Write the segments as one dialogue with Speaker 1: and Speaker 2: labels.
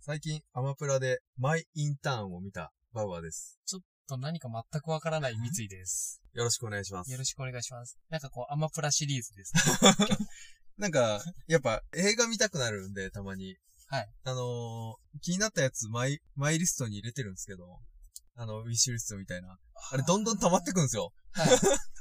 Speaker 1: 最近アマプラでマイインターンを見たバウアーです。
Speaker 2: ちょっと何か全くわからない三井です。
Speaker 1: よろしくお願いします。
Speaker 2: よろしくお願いします。なんかこう、アマプラシリーズです、
Speaker 1: なんか、やっぱ映画見たくなるんで、たまに。
Speaker 2: はい。
Speaker 1: あのー気になったやつマイ、マイリストに入れてるんですけど、あの、ウィッシュリストみたいな。あれ、どんどん溜まってくんですよ。
Speaker 2: はい。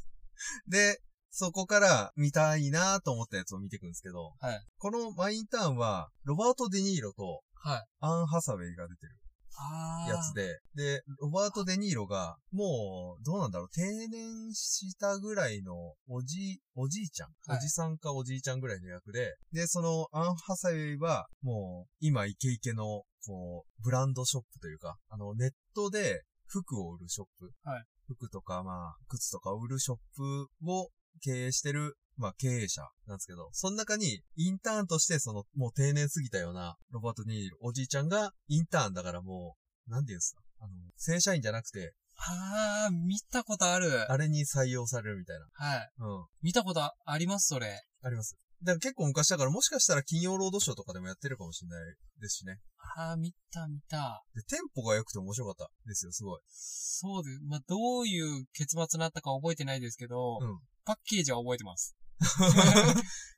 Speaker 1: で、そこから見たいなと思ったやつを見てくんですけど、
Speaker 2: はい
Speaker 1: このマイインターンは、ロバート・デ・ニーロと
Speaker 2: はい。
Speaker 1: アン・ハサウェイが出てる
Speaker 2: あ
Speaker 1: やつ
Speaker 2: で。
Speaker 1: で、で、ロバート・デ・ニーロが、もう、どうなんだろう、定年したぐらいのおじ、おじいちゃん、
Speaker 2: はい
Speaker 1: おじさんかおじいちゃんぐらいの役で、で、そのアン・ハサウェイは、もう、今イケイケの、こう、ブランドショップというか、あの、ネットで服を売るショップ。
Speaker 2: はい
Speaker 1: 服とか、まあ、靴とかを売るショップを経営してる、まあ、経営者なんですけど、その中に、インターンとして、その、もう定年過ぎたような、ロバート・ニール、おじいちゃんが、インターンだからもう、なんていうんですか、あの、正社員じゃなくて、
Speaker 2: あー、見たことある。
Speaker 1: あれに採用されるみたいな。
Speaker 2: はい。
Speaker 1: うん。
Speaker 2: 見たことあります、それ。
Speaker 1: あります。だから結構昔だから、もしかしたら金曜ロードショーとかでもやってるかもしれないですしね。
Speaker 2: あー、見た、見た。
Speaker 1: で、テンポが良くて面白かったですよ、すごい。
Speaker 2: そうです。まあ、どういう結末になったか覚えてないですけど、
Speaker 1: うん
Speaker 2: パッケージは覚えてます。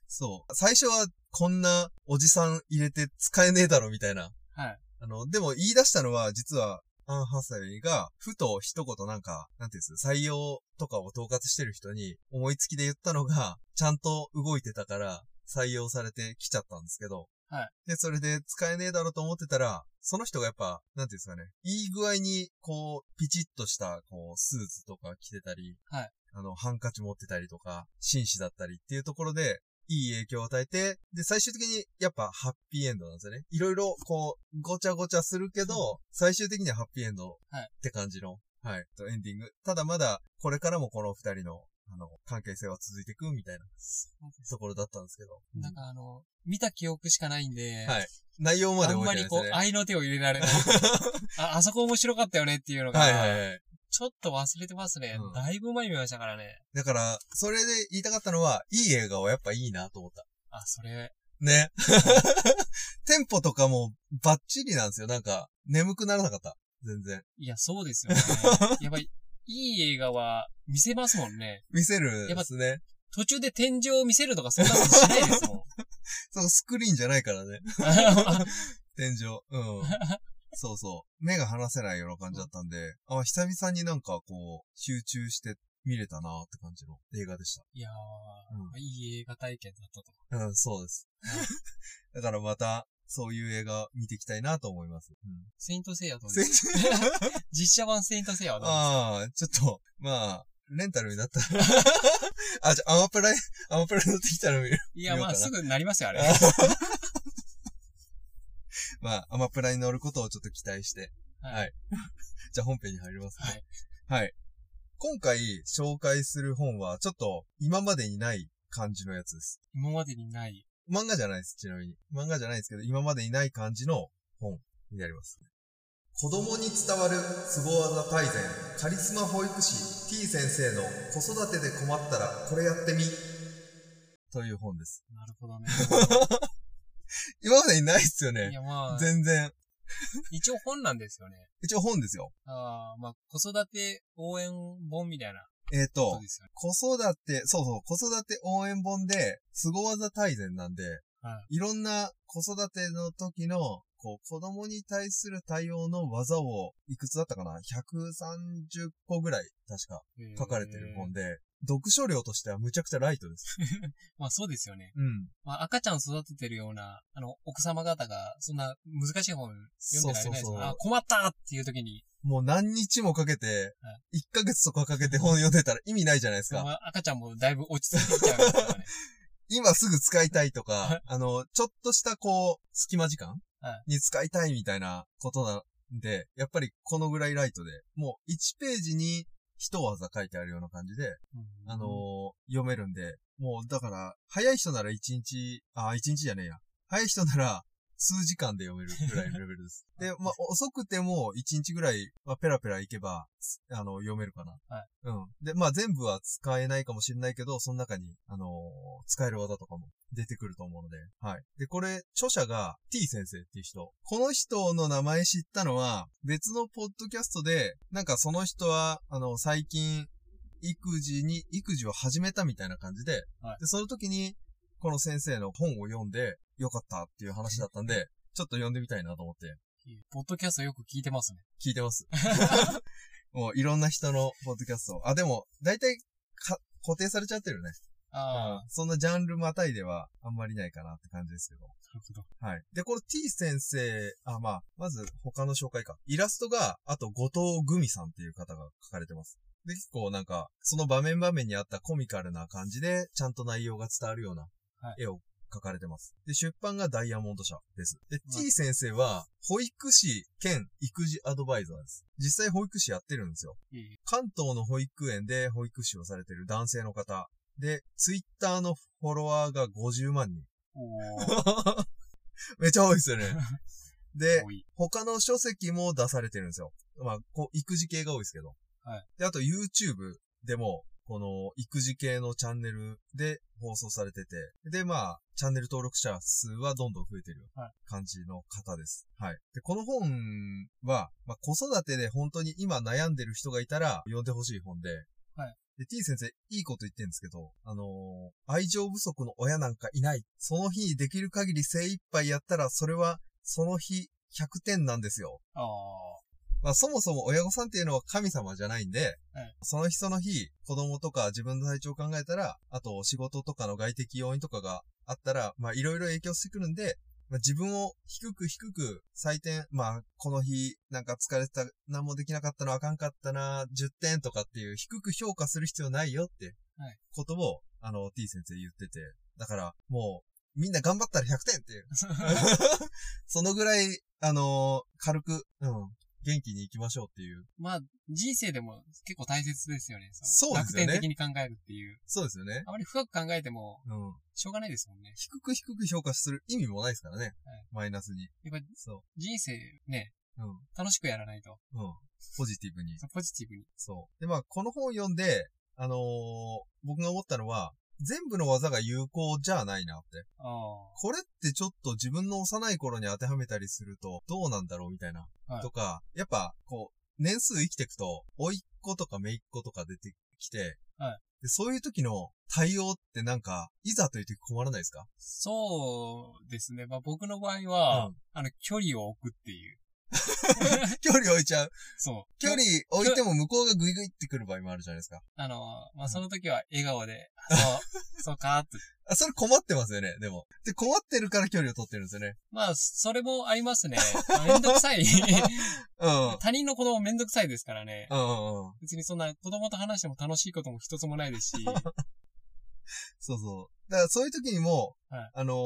Speaker 1: そう。最初は、こんなおじさん入れて使えねえだろ、みたいな。
Speaker 2: はい。
Speaker 1: あの、でも言い出したのは、実は、アン・ハサウェイが、ふと一言なんか、なんていうんですか、採用とかを統括してる人に、思いつきで言ったのが、ちゃんと動いてたから、採用されてきちゃったんですけど。
Speaker 2: はい。
Speaker 1: で、それで使えねえだろうと思ってたら、その人がやっぱ、なんていうんですかね、いい具合に、こう、ピチッとした、こう、スーツとか着てたり、
Speaker 2: はい。
Speaker 1: あの、ハンカチ持ってたりとか、紳士だったりっていうところで、いい影響を与えて、で、最終的にやっぱハッピーエンドなんですよね。いろいろこう、ごちゃごちゃするけど、最終的にはハッピーエンド
Speaker 2: はい
Speaker 1: って感じの、はい、とエンディング。ただまだ、これからもこの二人の、あの、関係性は続いていくみたいなところだったんですけど。
Speaker 2: なんかあの、見た記憶しかないんで、
Speaker 1: はい内容まで
Speaker 2: あん
Speaker 1: 覚
Speaker 2: ま
Speaker 1: えてない
Speaker 2: り
Speaker 1: で
Speaker 2: こ
Speaker 1: す
Speaker 2: う
Speaker 1: ね、。
Speaker 2: 愛の手を入れら れない。あ、あそこ面白かったよねっていうのが、
Speaker 1: はいはいはい。
Speaker 2: ちょっと忘れてますね。
Speaker 1: うん
Speaker 2: だいぶ前に見ましたからね。
Speaker 1: だから、それで言いたかったのは、いい映画はやっぱいいなと思った。
Speaker 2: あ、それ、
Speaker 1: ね。 テンポとかもバッチリなんですよ。なんか、眠くならなかった。全然。
Speaker 2: いや、そうです よね。やっぱり、いい映画は見せますもんね。
Speaker 1: 見せるんですね。
Speaker 2: 途中で天井を見せるとかそんなことしないですもん。
Speaker 1: そのスクリーンじゃないからね。
Speaker 2: あ
Speaker 1: 天井。うん。そうそう。目が離せないような感じだったんで、あ、久々になんかこう、集中して見れたなーって感じの映画でした。
Speaker 2: いやー、いい映画体験だったと。
Speaker 1: うん、そうです。だからまた、そういう映画見ていきたいなと思います。うん。
Speaker 2: セイントセイヤと
Speaker 1: 全 然
Speaker 2: 実写版セイントセイヤはどうです
Speaker 1: ああ、ちょっと、まあ、レンタルになった ら。あ、じゃあ、アマプラ、 アマプラ乗ってきたら見る。
Speaker 2: いや、
Speaker 1: 見よう
Speaker 2: ま
Speaker 1: か
Speaker 2: あ、
Speaker 1: な
Speaker 2: すぐなりま すよ、あれ。
Speaker 1: まあ、アマプラに乗ることをちょっと期待して。。
Speaker 2: はい
Speaker 1: じゃあ本編に入ります
Speaker 2: は
Speaker 1: ね。
Speaker 2: い。
Speaker 1: はい。今回紹介する本は、ちょっと今までにない感じのやつです。
Speaker 2: 今までにない。
Speaker 1: 漫画じゃないです、ちなみに。漫画じゃないですけど、今までにない感じの本になります。子供に伝わるスゴ技大全、カリスマ保育士 T 先生の子育てで困ったらこれやってみ。という本です。
Speaker 2: なるほどね。
Speaker 1: 今までにないっすよ
Speaker 2: い
Speaker 1: ね。
Speaker 2: や、まあ、
Speaker 1: 全然。
Speaker 2: 一応本なんですよね。
Speaker 1: 一応本ですよ。
Speaker 2: あーまあ、子育て応援本みたいな
Speaker 1: えっ、
Speaker 2: こと
Speaker 1: と、
Speaker 2: ですよね。
Speaker 1: 子育て、そうそう、子育て応援本で、凄技大全なんで、、
Speaker 2: はい
Speaker 1: ろんな子育ての時の、こう、子供に対する対応の技を、いくつだったかな ?130 個ぐらい、確か、
Speaker 2: えー
Speaker 1: 書かれてる本で、読書量としてはむちゃくちゃライトです。
Speaker 2: まあ、そうですよね。
Speaker 1: うん。
Speaker 2: まあ、赤ちゃん育ててるような、あの、奥様方が、そんな難しい本読んでられないです
Speaker 1: そうそう
Speaker 2: も
Speaker 1: そう
Speaker 2: んあ、困ったっていう時に、
Speaker 1: もう何日もかけて
Speaker 2: はい、
Speaker 1: 1ヶ月とかかけて本読んでたら意味ないじゃないですか。
Speaker 2: まあ赤ちゃんもだいぶ落ち着いてきちゃいますから ね。
Speaker 1: 今すぐ使いたいとか
Speaker 2: は、
Speaker 1: あの、ちょっとしたこう、隙間時間
Speaker 2: は
Speaker 1: に使いたいみたいなことなんで、やっぱりこのぐらいライトで、もう1ページに一技書いてあるような感じで、
Speaker 2: うん
Speaker 1: あのー読めるんで、もうだから、早い人なら1日、あ、1日じゃねえや。早い人なら数時間で読めるぐらいのレベル です。で、まあ、遅くても1日ぐらい、まあ、ペラペラいけば、すあの、読めるかな。
Speaker 2: はい。
Speaker 1: うん。で、まあ、全部は使えないかもしれないけど、その中に、あのー使える技とかも出てくると思うので、はい。で、これ、著者が T 先生っていう人。この人の名前知ったのは、別のポッドキャストで、なんかその人は、あの、最近、育児に、育児を始めたみたいな感じで、
Speaker 2: はい
Speaker 1: で、その時に、この先生の本を読んで、よかったっていう話だったんで、ちょっと読んでみたいなと思って、
Speaker 2: ポッドキャストよく聞いてますね。
Speaker 1: 聞いて ます。 もういろんな人のポッドキャストを。あ、でも、大体か、固定されちゃってるね。
Speaker 2: ああ、
Speaker 1: そんなジャンルまたいではあんまりないかなって感じですけど。
Speaker 2: なるほど。
Speaker 1: はい。で、この T 先生、あ、まあ、まず他の紹介か。イラストが、あと、後藤グミさんっていう方が書かれてます。で、結構なんか、その場面場面にあったコミカルな感じで、ちゃんと内容が伝わるような
Speaker 2: は
Speaker 1: 絵を描かれてます。で、出版がダイヤモンド社です。で、
Speaker 2: はい
Speaker 1: T 先生は、保育士兼育児アドバイザーです。実際保育士やってるんですよ。
Speaker 2: いえいえ
Speaker 1: 関東の保育園で保育士をされてる男性の方。で、ツイッターのフォロワーが50万人。
Speaker 2: おー
Speaker 1: めっちゃ多いですよね。で、
Speaker 2: 多い。
Speaker 1: 他の書籍も出されてるんですよ。まあ、こう、育児系が多いですけど。
Speaker 2: はい。
Speaker 1: で、あと YouTube でも、この育児系のチャンネルで放送されてて、で、まあ、チャンネル登録者数はどんどん増えてる
Speaker 2: はい
Speaker 1: 感じの方です。はい。で、この本は、まあ、子育てで本当に今悩んでる人がいたら読んでほしい本で、
Speaker 2: はい。
Speaker 1: で、t 先生、いいこと言ってるんですけど、あのー愛情不足の親なんかいない。その日できる限り精一杯やったら、それはその日100点なんですよ。
Speaker 2: ああ、
Speaker 1: まあそもそも親御さんっていうのは神様じゃないんで、
Speaker 2: はい
Speaker 1: その日その日、子供とか自分の体調を考えたら、あと仕事とかの外的要因とかがあったら、まあいろいろ影響してくるんで、まあ、自分を低く低く採点、まあこの日なんか疲れてた、何もできなかったな、あかんかったな、10点とかっていう低く評価する必要ないよって
Speaker 2: はい、
Speaker 1: ことを、あの t 先生言ってて、だからもうみんな頑張ったら100点っていう。 そのぐらい、あのー軽く、うん、元気に行きましょうっていう。
Speaker 2: まあ、人生でも結構大切ですよね。
Speaker 1: そうですよね
Speaker 2: 楽天的に考えるっていう。
Speaker 1: そうですよね。
Speaker 2: あまり深く考えても、
Speaker 1: うん。
Speaker 2: しょうがないですもんね。
Speaker 1: 低く低く評価する意味もないですからね。
Speaker 2: はい
Speaker 1: マイナスに。
Speaker 2: やっぱ
Speaker 1: そ
Speaker 2: 人生ね、
Speaker 1: う。うん。
Speaker 2: 楽しくやらないと。
Speaker 1: うん。ポジティブに。
Speaker 2: ポジティブに。
Speaker 1: そう。で、まあ、この本読んで、あのー僕が思ったのは、全部の技が有効じゃないなって。
Speaker 2: ああ、
Speaker 1: これってちょっと自分の幼い頃に当てはめたりすると、どうなんだろうみたいな。
Speaker 2: はい
Speaker 1: とか、やっぱ、こう、年数生きていくと、甥っ子とか姪っ子とか出てきて、
Speaker 2: はい
Speaker 1: で、そういう時の対応ってなんか、いざという時困らないですか
Speaker 2: そうですね。まあ僕の場合は、
Speaker 1: うん
Speaker 2: あの、距離を置くっていう。
Speaker 1: 距離置いちゃう。
Speaker 2: そう。
Speaker 1: 距離置いても向こうがグイグイってくる場合もあるじゃないですか。
Speaker 2: あの、まあその時は笑顔で、そう、 そうかーって。
Speaker 1: あ、それ困ってますよね、でも。で、困ってるから距離を取ってるんですよね。
Speaker 2: まあ、それもありますね。まあめんどく さい。
Speaker 1: うん。うん
Speaker 2: 他人の子供めんどくさいですからね。
Speaker 1: うんうん。
Speaker 2: 別にそんな子供と話しても楽しいことも一つもないで すし。
Speaker 1: そうそう。だからそういう時にも、
Speaker 2: はい
Speaker 1: あのー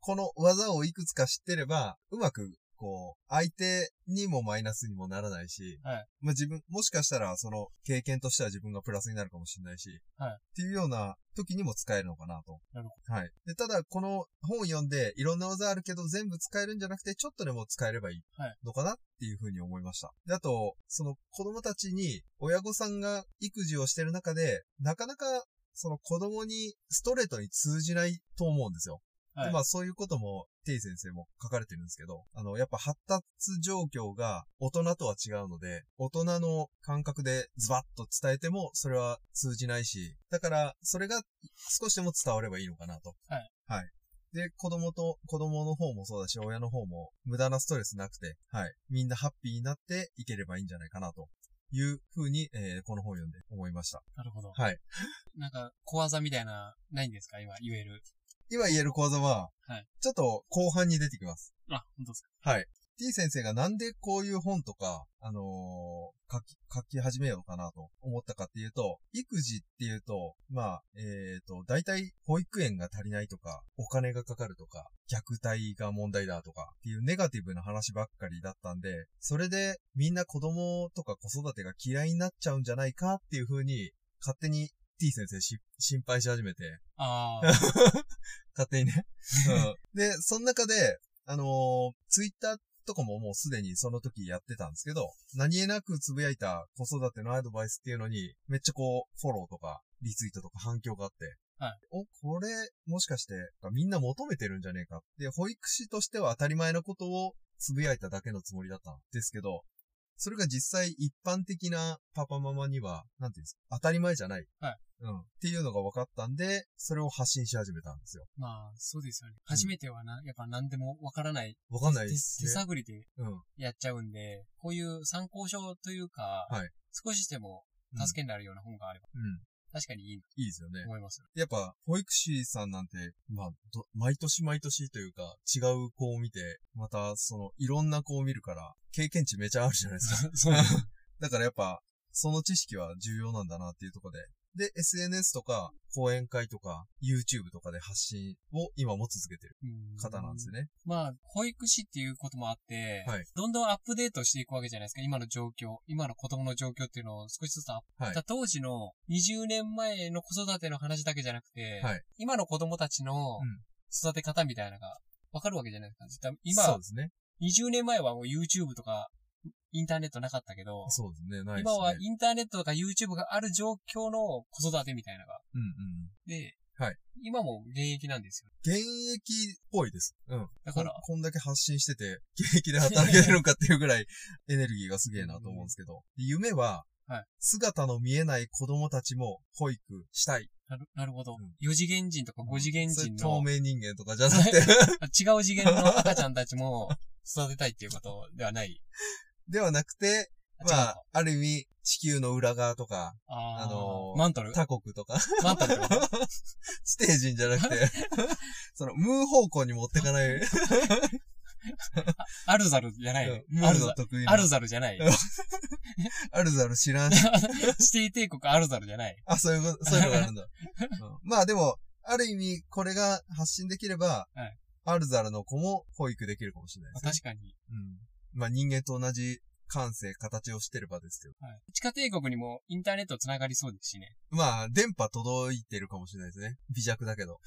Speaker 1: この技をいくつか知ってれば、うまく、こう、相手にもマイナスにもならないし、
Speaker 2: はい
Speaker 1: まあ自分、もしかしたら、その、経験としては自分がプラスになるかもしれないし、
Speaker 2: はい
Speaker 1: っていうような時にも使えるのかなと。
Speaker 2: なる
Speaker 1: はい。で、ただ、この本を読んで、いろんな技あるけど、全部使えるんじゃなくて、ちょっとでも使えればいい
Speaker 2: はい
Speaker 1: のかなっていうふうに思いました。で、あと、その子供たちに、親御さんが育児をしてる中で、なかなかその子供にストレートに通じないと思うんですよ。
Speaker 2: は
Speaker 1: で
Speaker 2: い
Speaker 1: まあそういうことも、テイ先生も書かれてるんですけど、あの、やっぱ発達状況が大人とは違うので、大人の感覚でズバッと伝えてもそれは通じないし、だからそれが少しでも伝わればいいのかなと。
Speaker 2: はい。
Speaker 1: はい。で、子供と、子供の方もそうだし、親の方も無駄なストレスなくて、はい。みんなハッピーになっていければいいんじゃないかなというふうに、えーこの本を読んで思いました。
Speaker 2: なるほど。
Speaker 1: はい。
Speaker 2: なんか、小技みたいな、ないんですか今言える。
Speaker 1: 今言える講座は、
Speaker 2: はい
Speaker 1: ちょっと後半に出てきます。
Speaker 2: あ、本当ですか。
Speaker 1: はい。T 先生がなんでこういう本とか、あのー書き、書き始めようかなと思ったかっていうと、育児っていうと、まあ、えっ、ー、と、大体保育園が足りないとか、お金がかかるとか、虐待が問題だとかっていうネガティブな話ばっかりだったんで、それでみんな子供とか子育てが嫌いになっちゃうんじゃないかっていう風に、勝手に T 先生し心配し始めて、
Speaker 2: ああ、
Speaker 1: 勝手にね。うん、で、その中で、あのーツイッターとかももうすでにその時やってたんですけど、何気なくつぶやいた子育てのアドバイスっていうのに、めっちゃこう、フォローとか、リツイートとか反響があって、
Speaker 2: はい
Speaker 1: お、これ、もしかして、みんな求めてるんじゃねえか。で、保育士としては当たり前のことをつぶやいただけのつもりだったんですけど、それが実際一般的なパパママには、なんていうんですか、当たり前じゃない。
Speaker 2: はい
Speaker 1: うん。っていうのが分かったんで、それを発信し始めたんですよ。
Speaker 2: まあ、そうですよね。初めてはな、やっぱ何でもわからない。
Speaker 1: わかんない
Speaker 2: 手
Speaker 1: です、
Speaker 2: 手
Speaker 1: ね。
Speaker 2: 探りで
Speaker 1: うん。
Speaker 2: やっちゃうんで、こういう参考書というか、
Speaker 1: はい
Speaker 2: 少しでも
Speaker 1: うん
Speaker 2: 助けになるような本があれば、
Speaker 1: うん。
Speaker 2: 確かにいいなと
Speaker 1: いいですよね。
Speaker 2: 思いますよ。
Speaker 1: やっぱ、保育士さんなんて、まあ、ど毎年毎年というか、違う子を見て、また、その、いろんな子を見るから、経験値めちゃあるじゃないですか。
Speaker 2: そうです
Speaker 1: だからやっぱ、その知識は重要なんだなっていうところで。で、SNS とか、講演会とか、YouTube とかで発信を今も続けてる
Speaker 2: うん
Speaker 1: 方なんですよね。
Speaker 2: まあ、保育士っていうこともあって、
Speaker 1: はい
Speaker 2: どんどんアップデートしていくわけじゃないですか。今の状況、今の子供の状況っていうのを少しずつアップ。
Speaker 1: はい
Speaker 2: だ当時の20年前の子育ての話だけじゃなくて、
Speaker 1: はい
Speaker 2: 今の子供たちの
Speaker 1: うん
Speaker 2: 育て方みたいなのがわかるわけじゃないですか。絶対
Speaker 1: そう
Speaker 2: 今
Speaker 1: で、すね。
Speaker 2: 20年前はもう YouTube とかインターネットなかったけど、
Speaker 1: そうですね。ないです
Speaker 2: 今
Speaker 1: ね。
Speaker 2: はインターネットとか YouTube がある状況の子育てみたいなのが。
Speaker 1: うんうん。
Speaker 2: で、
Speaker 1: はい
Speaker 2: 今も現役なんですよ。
Speaker 1: 現役っぽいです。うん。
Speaker 2: だから
Speaker 1: こん、こんだけ発信してて、現役で働けてるのかっていうぐらいエネルギーがすげえなと思うんですけど、夢は、
Speaker 2: はい
Speaker 1: 姿の見えない子供たちも保育したい。
Speaker 2: なるなるほど
Speaker 1: うん。
Speaker 2: 4次元人とか5次元
Speaker 1: そうい
Speaker 2: 人
Speaker 1: う透、
Speaker 2: の
Speaker 1: 明人間とかじゃなくて、
Speaker 2: あ違う次元の赤ちゃんたちも育てたいっていうことで はない。
Speaker 1: ではなくて、
Speaker 2: あ
Speaker 1: まあ、ある意味、地球の裏側とか、
Speaker 2: あ
Speaker 1: あのー
Speaker 2: マン トル
Speaker 1: 他国 とか、
Speaker 2: マントルってこと
Speaker 1: 地底人じゃなくて、 その、ムー方向に持ってかない、
Speaker 2: アルザルじゃない。
Speaker 1: うんム
Speaker 2: ア
Speaker 1: ー
Speaker 2: ル
Speaker 1: の
Speaker 2: ザ
Speaker 1: 得意
Speaker 2: ア
Speaker 1: な
Speaker 2: ル、ザルじゃない。
Speaker 1: あるざる知らんし、
Speaker 2: 指定帝国アルザルじゃない。
Speaker 1: あ、そういうこと、そういうのがあるんだ。うんまあでも、ある意味、これが発信できれば、
Speaker 2: はい
Speaker 1: あるざるの子も保育できるかもしれないですね。
Speaker 2: 確かに。
Speaker 1: うん。まあ人間と同じ感性、形をしてればですけど。
Speaker 2: はい地下帝国にもインターネット繋がりそうですしね。
Speaker 1: まあ、電波届いてるかもしれないですね。微弱だけ ど。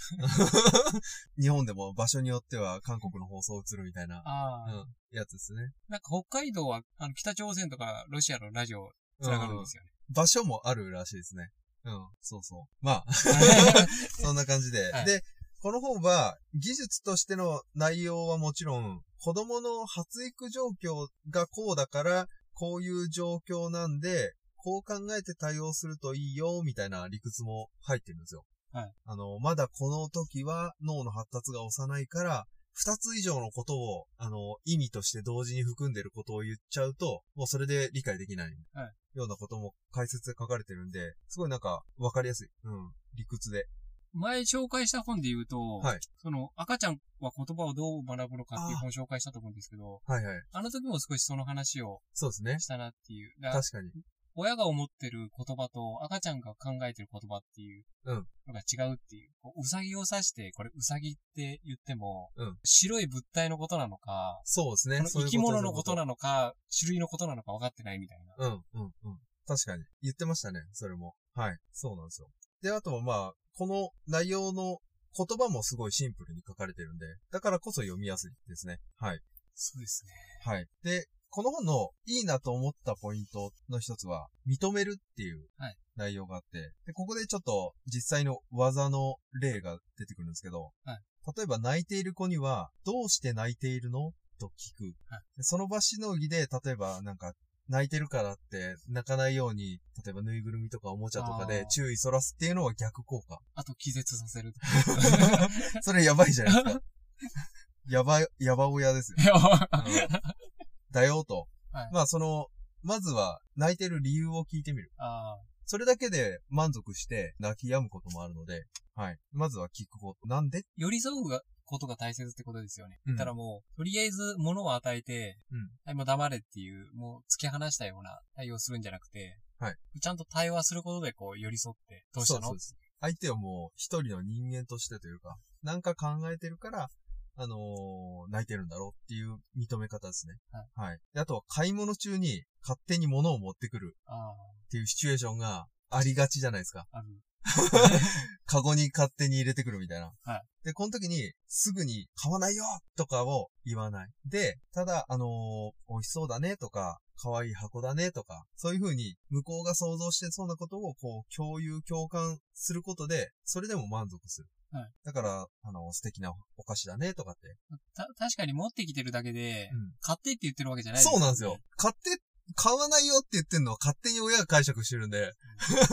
Speaker 1: 日本でも場所によっては韓国の放送映るみたいな、
Speaker 2: あ
Speaker 1: う
Speaker 2: あ、
Speaker 1: ん、やつですね。
Speaker 2: なんか北海道は、あの、北朝鮮とかロシアのラジオ繋がるんですよね。
Speaker 1: 場所もあるらしいですね。うん、そうそう。まあ、 そんな感じで。
Speaker 2: はい
Speaker 1: で、この本は、技術としての内容はもちろん、子供の発育状況がこうだから、こういう状況なんで、こう考えて対応するといいよ、みたいな理屈も入ってるんですよ。
Speaker 2: はい
Speaker 1: あの、まだこの時は脳の発達が幼いから、二つ以上のことを、あの、意味として同時に含んでることを言っちゃうと、もうそれで理解できない。
Speaker 2: はい
Speaker 1: ようなことも解説で書かれてるんで、すごいなんか、わかりやすい。うん。理屈で。
Speaker 2: 前紹介した本で言うと、
Speaker 1: はい
Speaker 2: その赤ちゃんは言葉をどう学ぶのかっていう本を紹介したと思うんですけど、
Speaker 1: はいはい。
Speaker 2: あの時も少しその話を
Speaker 1: そうですね。
Speaker 2: したなっていう。だから
Speaker 1: 確かに。
Speaker 2: 親が思ってる言葉と赤ちゃんが考えてる言葉っていう
Speaker 1: うん
Speaker 2: のが違うっていう。こううさぎを指して、これうさぎって言っても、
Speaker 1: うん
Speaker 2: 白い物体のことなのか、
Speaker 1: そうですね
Speaker 2: こ。の
Speaker 1: そうい
Speaker 2: 生
Speaker 1: う
Speaker 2: き物のこ
Speaker 1: そ
Speaker 2: と
Speaker 1: ういう
Speaker 2: なのか、種類のことなのか分かってないみたいな。
Speaker 1: ことうん、うん、うん。確かに。言ってましたね。それも。はい。そうなんですよ。で、あとはまあ、この内容の言葉もすごいシンプルに書かれてるんで、だからこそ読みやすいですね。はい。
Speaker 2: そうですね。
Speaker 1: はい。で、この本のいいなと思ったポイントの一つは、認めるっていう
Speaker 2: はい
Speaker 1: 内容があって、でここでちょっと実際の技の例が出てくるんですけど、
Speaker 2: はい
Speaker 1: 例えば泣いている子には、どうして泣いているのと聞く。
Speaker 2: はい
Speaker 1: でその場しのぎで、例えばなんか、泣いてるからって泣かないように、例えばぬいぐるみとかおもちゃとか
Speaker 2: あ
Speaker 1: で
Speaker 2: ー
Speaker 1: 注意そらすっていうのは逆効果。
Speaker 2: あと気絶させる。
Speaker 1: それやばいじゃないですか。 やば、やば親ですよだよと。
Speaker 2: はい
Speaker 1: まあその、まずは泣いてる理由を聞いてみる。
Speaker 2: あ
Speaker 1: それだけで満足して泣き止むこともあるので、はい。まずは聞くこと。なんで
Speaker 2: 寄り添うがことが大切ってことですよね。
Speaker 1: うん
Speaker 2: だからもう、とりあえず物を与えて、
Speaker 1: うん
Speaker 2: はい、もう黙れっていう、もう突き放したような対応するんじゃなくて、
Speaker 1: はい
Speaker 2: ちゃんと対話することでこう寄り添って、どうしたの
Speaker 1: そうです相手をもう一人の人間としてというか、なんか考えてるから、あのー泣いてるんだろうっていう認め方ですね。はい。であとは買い物中に勝手に物を持ってくる
Speaker 2: あ
Speaker 1: っていうシチュエーションがありがちじゃないですか。
Speaker 2: あ、ある。
Speaker 1: カゴに勝手に入れてくるみたいな。
Speaker 2: はい
Speaker 1: で、この時に、すぐに買わないよとかを言わない。で、ただ、あのー美味しそうだねとか、可愛い箱だねとか、そういう風に、向こうが想像してそうなことを、こう、共有、共感することで、それでも満足する。
Speaker 2: はい
Speaker 1: だから、あの、素敵なお菓子だねとかって。
Speaker 2: た、確かに持ってきてるだけで、買ってって言ってるわけじゃない
Speaker 1: そうなんですよ。。買って、買わないよって言ってんのは勝手に親が解釈してるんで、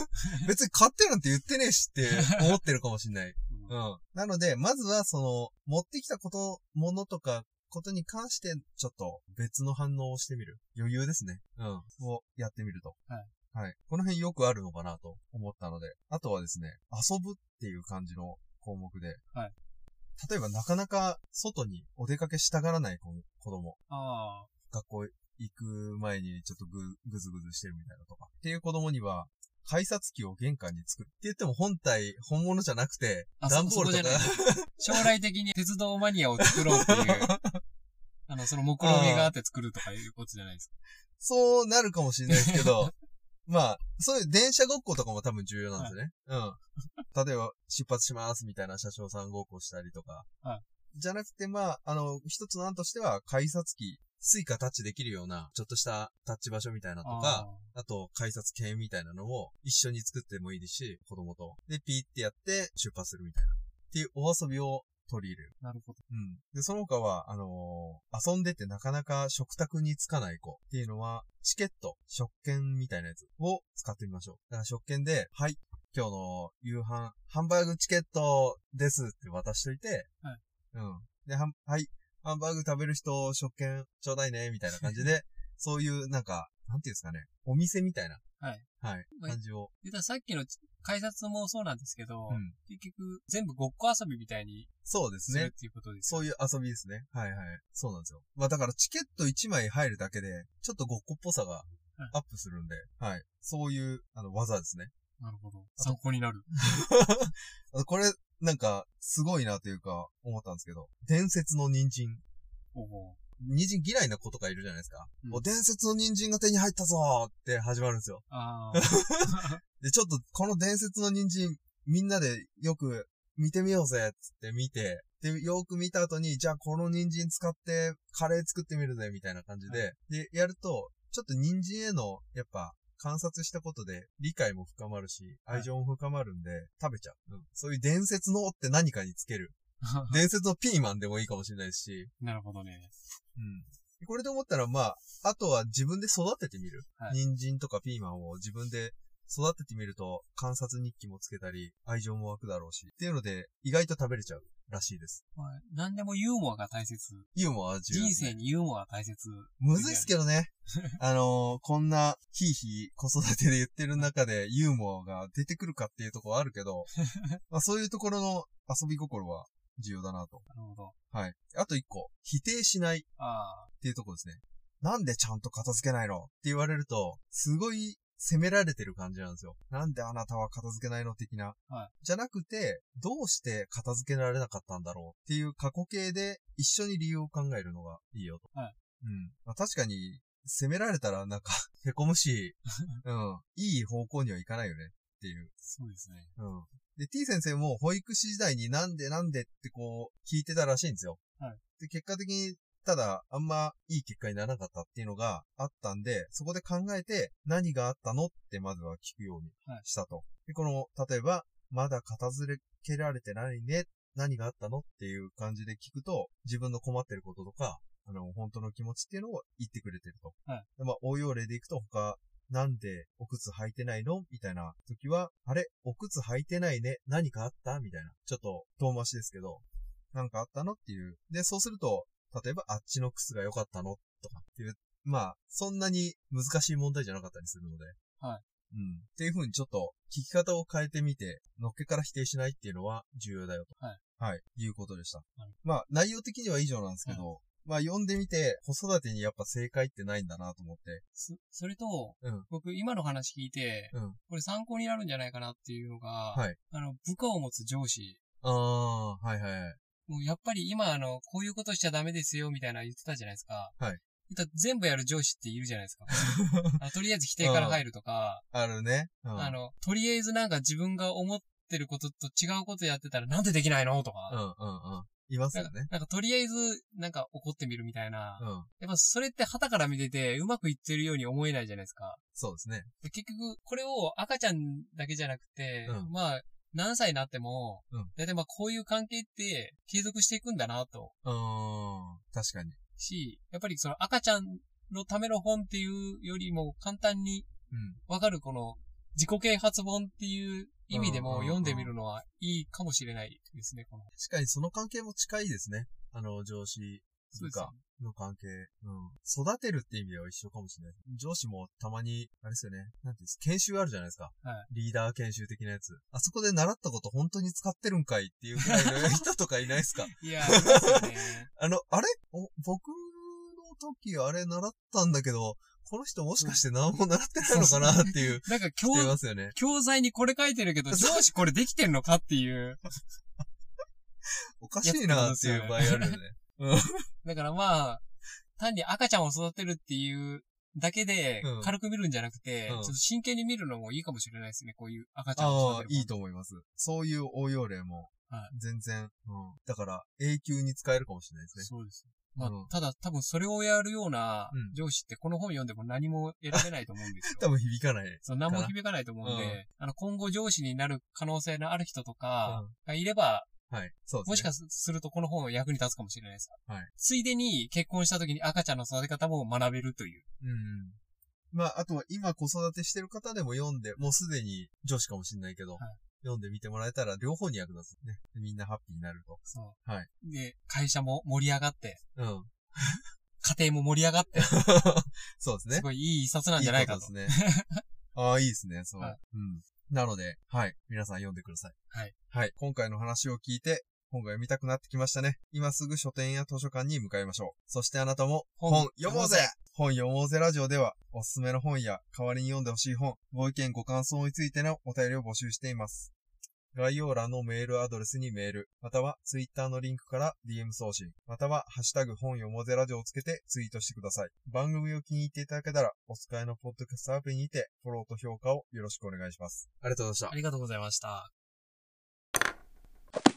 Speaker 1: 別に買ってるなんて言ってねえしって思ってるかもしんない。
Speaker 2: うん
Speaker 1: うん。なので、まずはその、持ってきたこと、ものとか、ことに関して、ちょっと別の反応をしてみる。余裕ですね。うん。をやってみると。。
Speaker 2: はい
Speaker 1: はい。この辺よくあるのかなと思ったので。あとはですね、遊ぶっていう感じの項目で。
Speaker 2: はい。
Speaker 1: 例えば、なかなか外にお出かけしたがらない子も子供。
Speaker 2: あ
Speaker 1: 学校行く前にちょっとぐ、ぐずぐずしてるみたいなとか。っていう子供には、改札機を玄関に作る。って言っても本体、本物じゃなくて、
Speaker 2: あ。あ、
Speaker 1: 段
Speaker 2: そ、
Speaker 1: ボー
Speaker 2: そこ
Speaker 1: ル
Speaker 2: じ
Speaker 1: と
Speaker 2: ゃ
Speaker 1: か
Speaker 2: ない。将来的に鉄道マニアを作ろう っていう、あの、その目論見みがあって作るとかいうことじゃないですか。
Speaker 1: そうなるかもしれないですけ ど、まあ、そういう電車ごっことかも多分重要なんですよね。うん。例えば、出発しますみたいな車掌さんごっこしたりとか。
Speaker 2: は
Speaker 1: じゃなくて、まあ、あの、一つの案としては、改札機、スイカタッチできるような、ちょっとしたタッチ場所みたいなとか、
Speaker 2: あー
Speaker 1: あと、改札券みたいなのを一緒に作ってもいいですし、子供と。で、ピーってやって出発するみたいな。っていうお遊びを取り入れる。
Speaker 2: なるほど。
Speaker 1: うん。で、その他は、あのー遊んでてなかなか食卓につかない子っていうのは、チケット、食券みたいなやつを使ってみましょう。だから食券で、はい、今日の夕飯、ハンバーグチケットですって渡しといて、
Speaker 2: はい。
Speaker 1: うん。で、はん、はい、ハンバーグ食べる人、食券ちょうだいね、みたいな感じ で、そういう、なんか、なんていうんですかね、お店みたいな。
Speaker 2: はい。
Speaker 1: はい。
Speaker 2: まあ
Speaker 1: 感じを。
Speaker 2: で、たださっきの改札もそうなんですけど、
Speaker 1: うん。
Speaker 2: 結局、全部ごっこ遊びみたいに
Speaker 1: そうです
Speaker 2: す
Speaker 1: ね
Speaker 2: る。っていうことです。
Speaker 1: そういう遊びですね。はいはい。そうなんですよ。まあだからチケット1枚入るだけで、ちょっとごっこっぽさがアップするんで、はい。そういう、あの、技ですね。
Speaker 2: なるほど。参考になる。
Speaker 1: あとこれ、なんか、すごいなというか、思ったんですけど、伝説の人参。
Speaker 2: おお
Speaker 1: 人参嫌いな子とかいるじゃないですか。
Speaker 2: うん
Speaker 1: お伝説の人参が手に入ったぞーって始まるんですよ。
Speaker 2: あ あ。
Speaker 1: で、ちょっとこの伝説の人参、みんなでよく見てみようぜ、つって見て、で、よく見た後に、じゃあこの人参使ってカレー作ってみるぜ、みたいな感じで、で、やると、ちょっと人参への、やっぱ、観察したことで理解も深まるし、
Speaker 2: はい
Speaker 1: 愛情も深まるんで、食べちゃう、うんそういう伝説のって何かにつける。伝説のピーマンでもいいかもしれないし、
Speaker 2: なるほどね。
Speaker 1: うん。これで思ったら、まあ、あとは自分で育ててみる。
Speaker 2: はい
Speaker 1: 人参とかピーマンを自分で育ててみると、観察日記もつけたり、愛情も湧くだろうし。っていうので、意外と食べれちゃうらしいです。
Speaker 2: まあ、何でもユーモアが大切。
Speaker 1: ユーモアは重要で
Speaker 2: 人
Speaker 1: すね、
Speaker 2: 生にユーモアが大切。
Speaker 1: むずいっすけど ね。あのーこんな、ひいひい子育てで言ってる中でユーモアが出てくるかっていうところはあるけ ど、まあそういうところの遊び心は重要だなと。
Speaker 2: なるほど。
Speaker 1: はい。あと一個、否定しない。
Speaker 2: あ
Speaker 1: っていうとこですね。なんでちゃんと片付けないのって言われると、すごい責められてる感じなんですよ。なんであなたは片付けないの的な。
Speaker 2: は
Speaker 1: じゃなくて、どうして片付けられなかったんだろうっていう過去形で一緒に理由を考えるのがいいよと。
Speaker 2: はい
Speaker 1: うん。まあ、確かに、責められたらなんか、凹む し、うん。いい方向にはいかないよねっていう。
Speaker 2: あ、そうですね。
Speaker 1: うん。で、t 先生も保育士時代になんでなんでってこう、聞いてたらしいんですよ。
Speaker 2: はい
Speaker 1: で、結果的に、ただ、あんまいい結果にならなかったっていうのがあったんで、そこで考えて何があったのってまずは聞くように
Speaker 2: はい
Speaker 1: したと。で、この、例えば、まだ片付けられてないね、何があったのっていう感じで聞くと、自分の困ってることとか、あの、本当の気持ちっていうのを言ってくれてると。
Speaker 2: はい
Speaker 1: でまあ、応用例でいくと他、なんでお靴履いてないのみたいな時は、あれお靴履いてないね。何かあったみたいな。ちょっと遠回しですけど、なんかあったのっていう。で、そうすると、例えばあっちの靴が良かったのとかっていう。まあ、そんなに難しい問題じゃなかったりするので。
Speaker 2: はい。
Speaker 1: うん。っていう風にちょっと聞き方を変えてみて、のっけから否定しないっていうのは重要だよと。
Speaker 2: はい。
Speaker 1: はい。いうことでした。
Speaker 2: はい
Speaker 1: まあ、内容的には以上なんですけど、まあ、読んでみて、子育てにやっぱ正解ってないんだなと思って。
Speaker 2: そそれと、
Speaker 1: うん
Speaker 2: 僕今の話聞いて、
Speaker 1: うん
Speaker 2: これ参考になるんじゃないかなっていうのが、
Speaker 1: はい
Speaker 2: あの、部下を持つ上司。
Speaker 1: ああー、はいはいはい。
Speaker 2: もうやっぱり今あの、こういうことしちゃダメですよみたいな言ってたじゃないですか。
Speaker 1: はい
Speaker 2: だ全部やる上司っているじゃないで すか。あのとりあえず否定から入るとか、
Speaker 1: あるね。うん。
Speaker 2: あの、とりあえずなんか自分が思ってることと違うことやってたらなんでできないのと
Speaker 1: う
Speaker 2: か、
Speaker 1: んうんうん。いますよ
Speaker 2: なんか
Speaker 1: ね。
Speaker 2: なんかとりあえずなんか怒ってみるみたいな。
Speaker 1: うん。
Speaker 2: やっぱそれって旗から見ててうまくいってるように思えないじゃないですか。
Speaker 1: そうですね。
Speaker 2: で結局、これを赤ちゃんだけじゃなくて、
Speaker 1: うん
Speaker 2: まあ、何歳になっても、
Speaker 1: うん
Speaker 2: だいたいまあこういう関係って継続していくんだなと。
Speaker 1: うーん。確かに。
Speaker 2: し、やっぱりその赤ちゃんのための本っていうよりも簡単に
Speaker 1: うん。
Speaker 2: わかるこの自己啓発本っていう意味で
Speaker 1: うんうん
Speaker 2: も
Speaker 1: うん
Speaker 2: 読んでみるのはいいかもしれないですね、この。
Speaker 1: 確かにその関係も近いですね。あの、上司
Speaker 2: そ
Speaker 1: 部
Speaker 2: うですね
Speaker 1: 下の関係。うん。育てるって意味では一緒かもしれない。上司もたまに、あれですよね。なんていうんです研修あるじゃないですか。
Speaker 2: は
Speaker 1: リーダー研修的なやつ。あそこで習ったこと本当に使ってるんかいっていうぐらいの人とかいないですか
Speaker 2: いや ー、そうですよね。
Speaker 1: あの、あれお僕の時あれ習ったんだけど、この人もしかして何も習ってないのかなって いう、
Speaker 2: なんか
Speaker 1: 言って
Speaker 2: 教、
Speaker 1: ますよね。
Speaker 2: 教材にこれ書いてるけど、上司これできてんのかっていう。
Speaker 1: おかしいなっていう場合あるよね。
Speaker 2: だからまあ、単に赤ちゃんを育てるっていうだけで
Speaker 1: うん
Speaker 2: 軽く見るんじゃなくて、
Speaker 1: うん
Speaker 2: ちょっと真剣に見るのもいいかもしれないですね、こういう赤ちゃんを
Speaker 1: ああ
Speaker 2: 育、てる
Speaker 1: い
Speaker 2: 本。
Speaker 1: いと思います。そういう応用例も
Speaker 2: は、
Speaker 1: 全然、うん。だから、永久に使えるかもしれないですね。
Speaker 2: そうです。まあ、
Speaker 1: うん
Speaker 2: ただ多分それをやるような
Speaker 1: うん
Speaker 2: 上司ってこの本読んでも何も選べないと思う んですよ。
Speaker 1: 多分響かない。
Speaker 2: そう、何も響かないと思うんで、
Speaker 1: う
Speaker 2: あの、今後上司になる可能性のある人とか
Speaker 1: う
Speaker 2: がいれば、
Speaker 1: はい。そうですね。
Speaker 2: もしかするとこの本は役に立つかもしれないです。
Speaker 1: はい
Speaker 2: ついでに結婚した時に赤ちゃんの育て方も学べるという。
Speaker 1: うん。まあ、あとは今子育てしてる方でも読んで、もうすでに女子かもしれないけど、
Speaker 2: はい
Speaker 1: 読んでみてもらえたら両方に役立つね。でみんなハッピーになると。
Speaker 2: そう。
Speaker 1: はい
Speaker 2: で、会社も盛り上がって、
Speaker 1: うん。
Speaker 2: 家庭も盛り上がって、
Speaker 1: そうですね
Speaker 2: す。ごいいい一冊なんじゃないかと。
Speaker 1: いいことですね。ああ、いいですね、そう、
Speaker 2: はい
Speaker 1: うん。なので、はい。皆さん読んでください。
Speaker 2: はい。
Speaker 1: はい。今回の話を聞いて、本が読みたくなってきましたね。今すぐ書店や図書館に向かいましょう。そしてあなたも、本読もうぜ本読もうぜラジオでは、おすすめの本や代わりに読んでほしい本、ご意見ご感想についてのお便りを募集しています。概要欄のメールアドレスにメール、またはツイッターのリンクから DM 送信、またはハッシュタグ本読もうぜラジオをつけてツイートしてください。番組を気に入っていただけたら、お使いのポッドキャストアプリにてフォローと評価をよろしくお願いします。ありがとうございました
Speaker 2: あ。りがとうございました。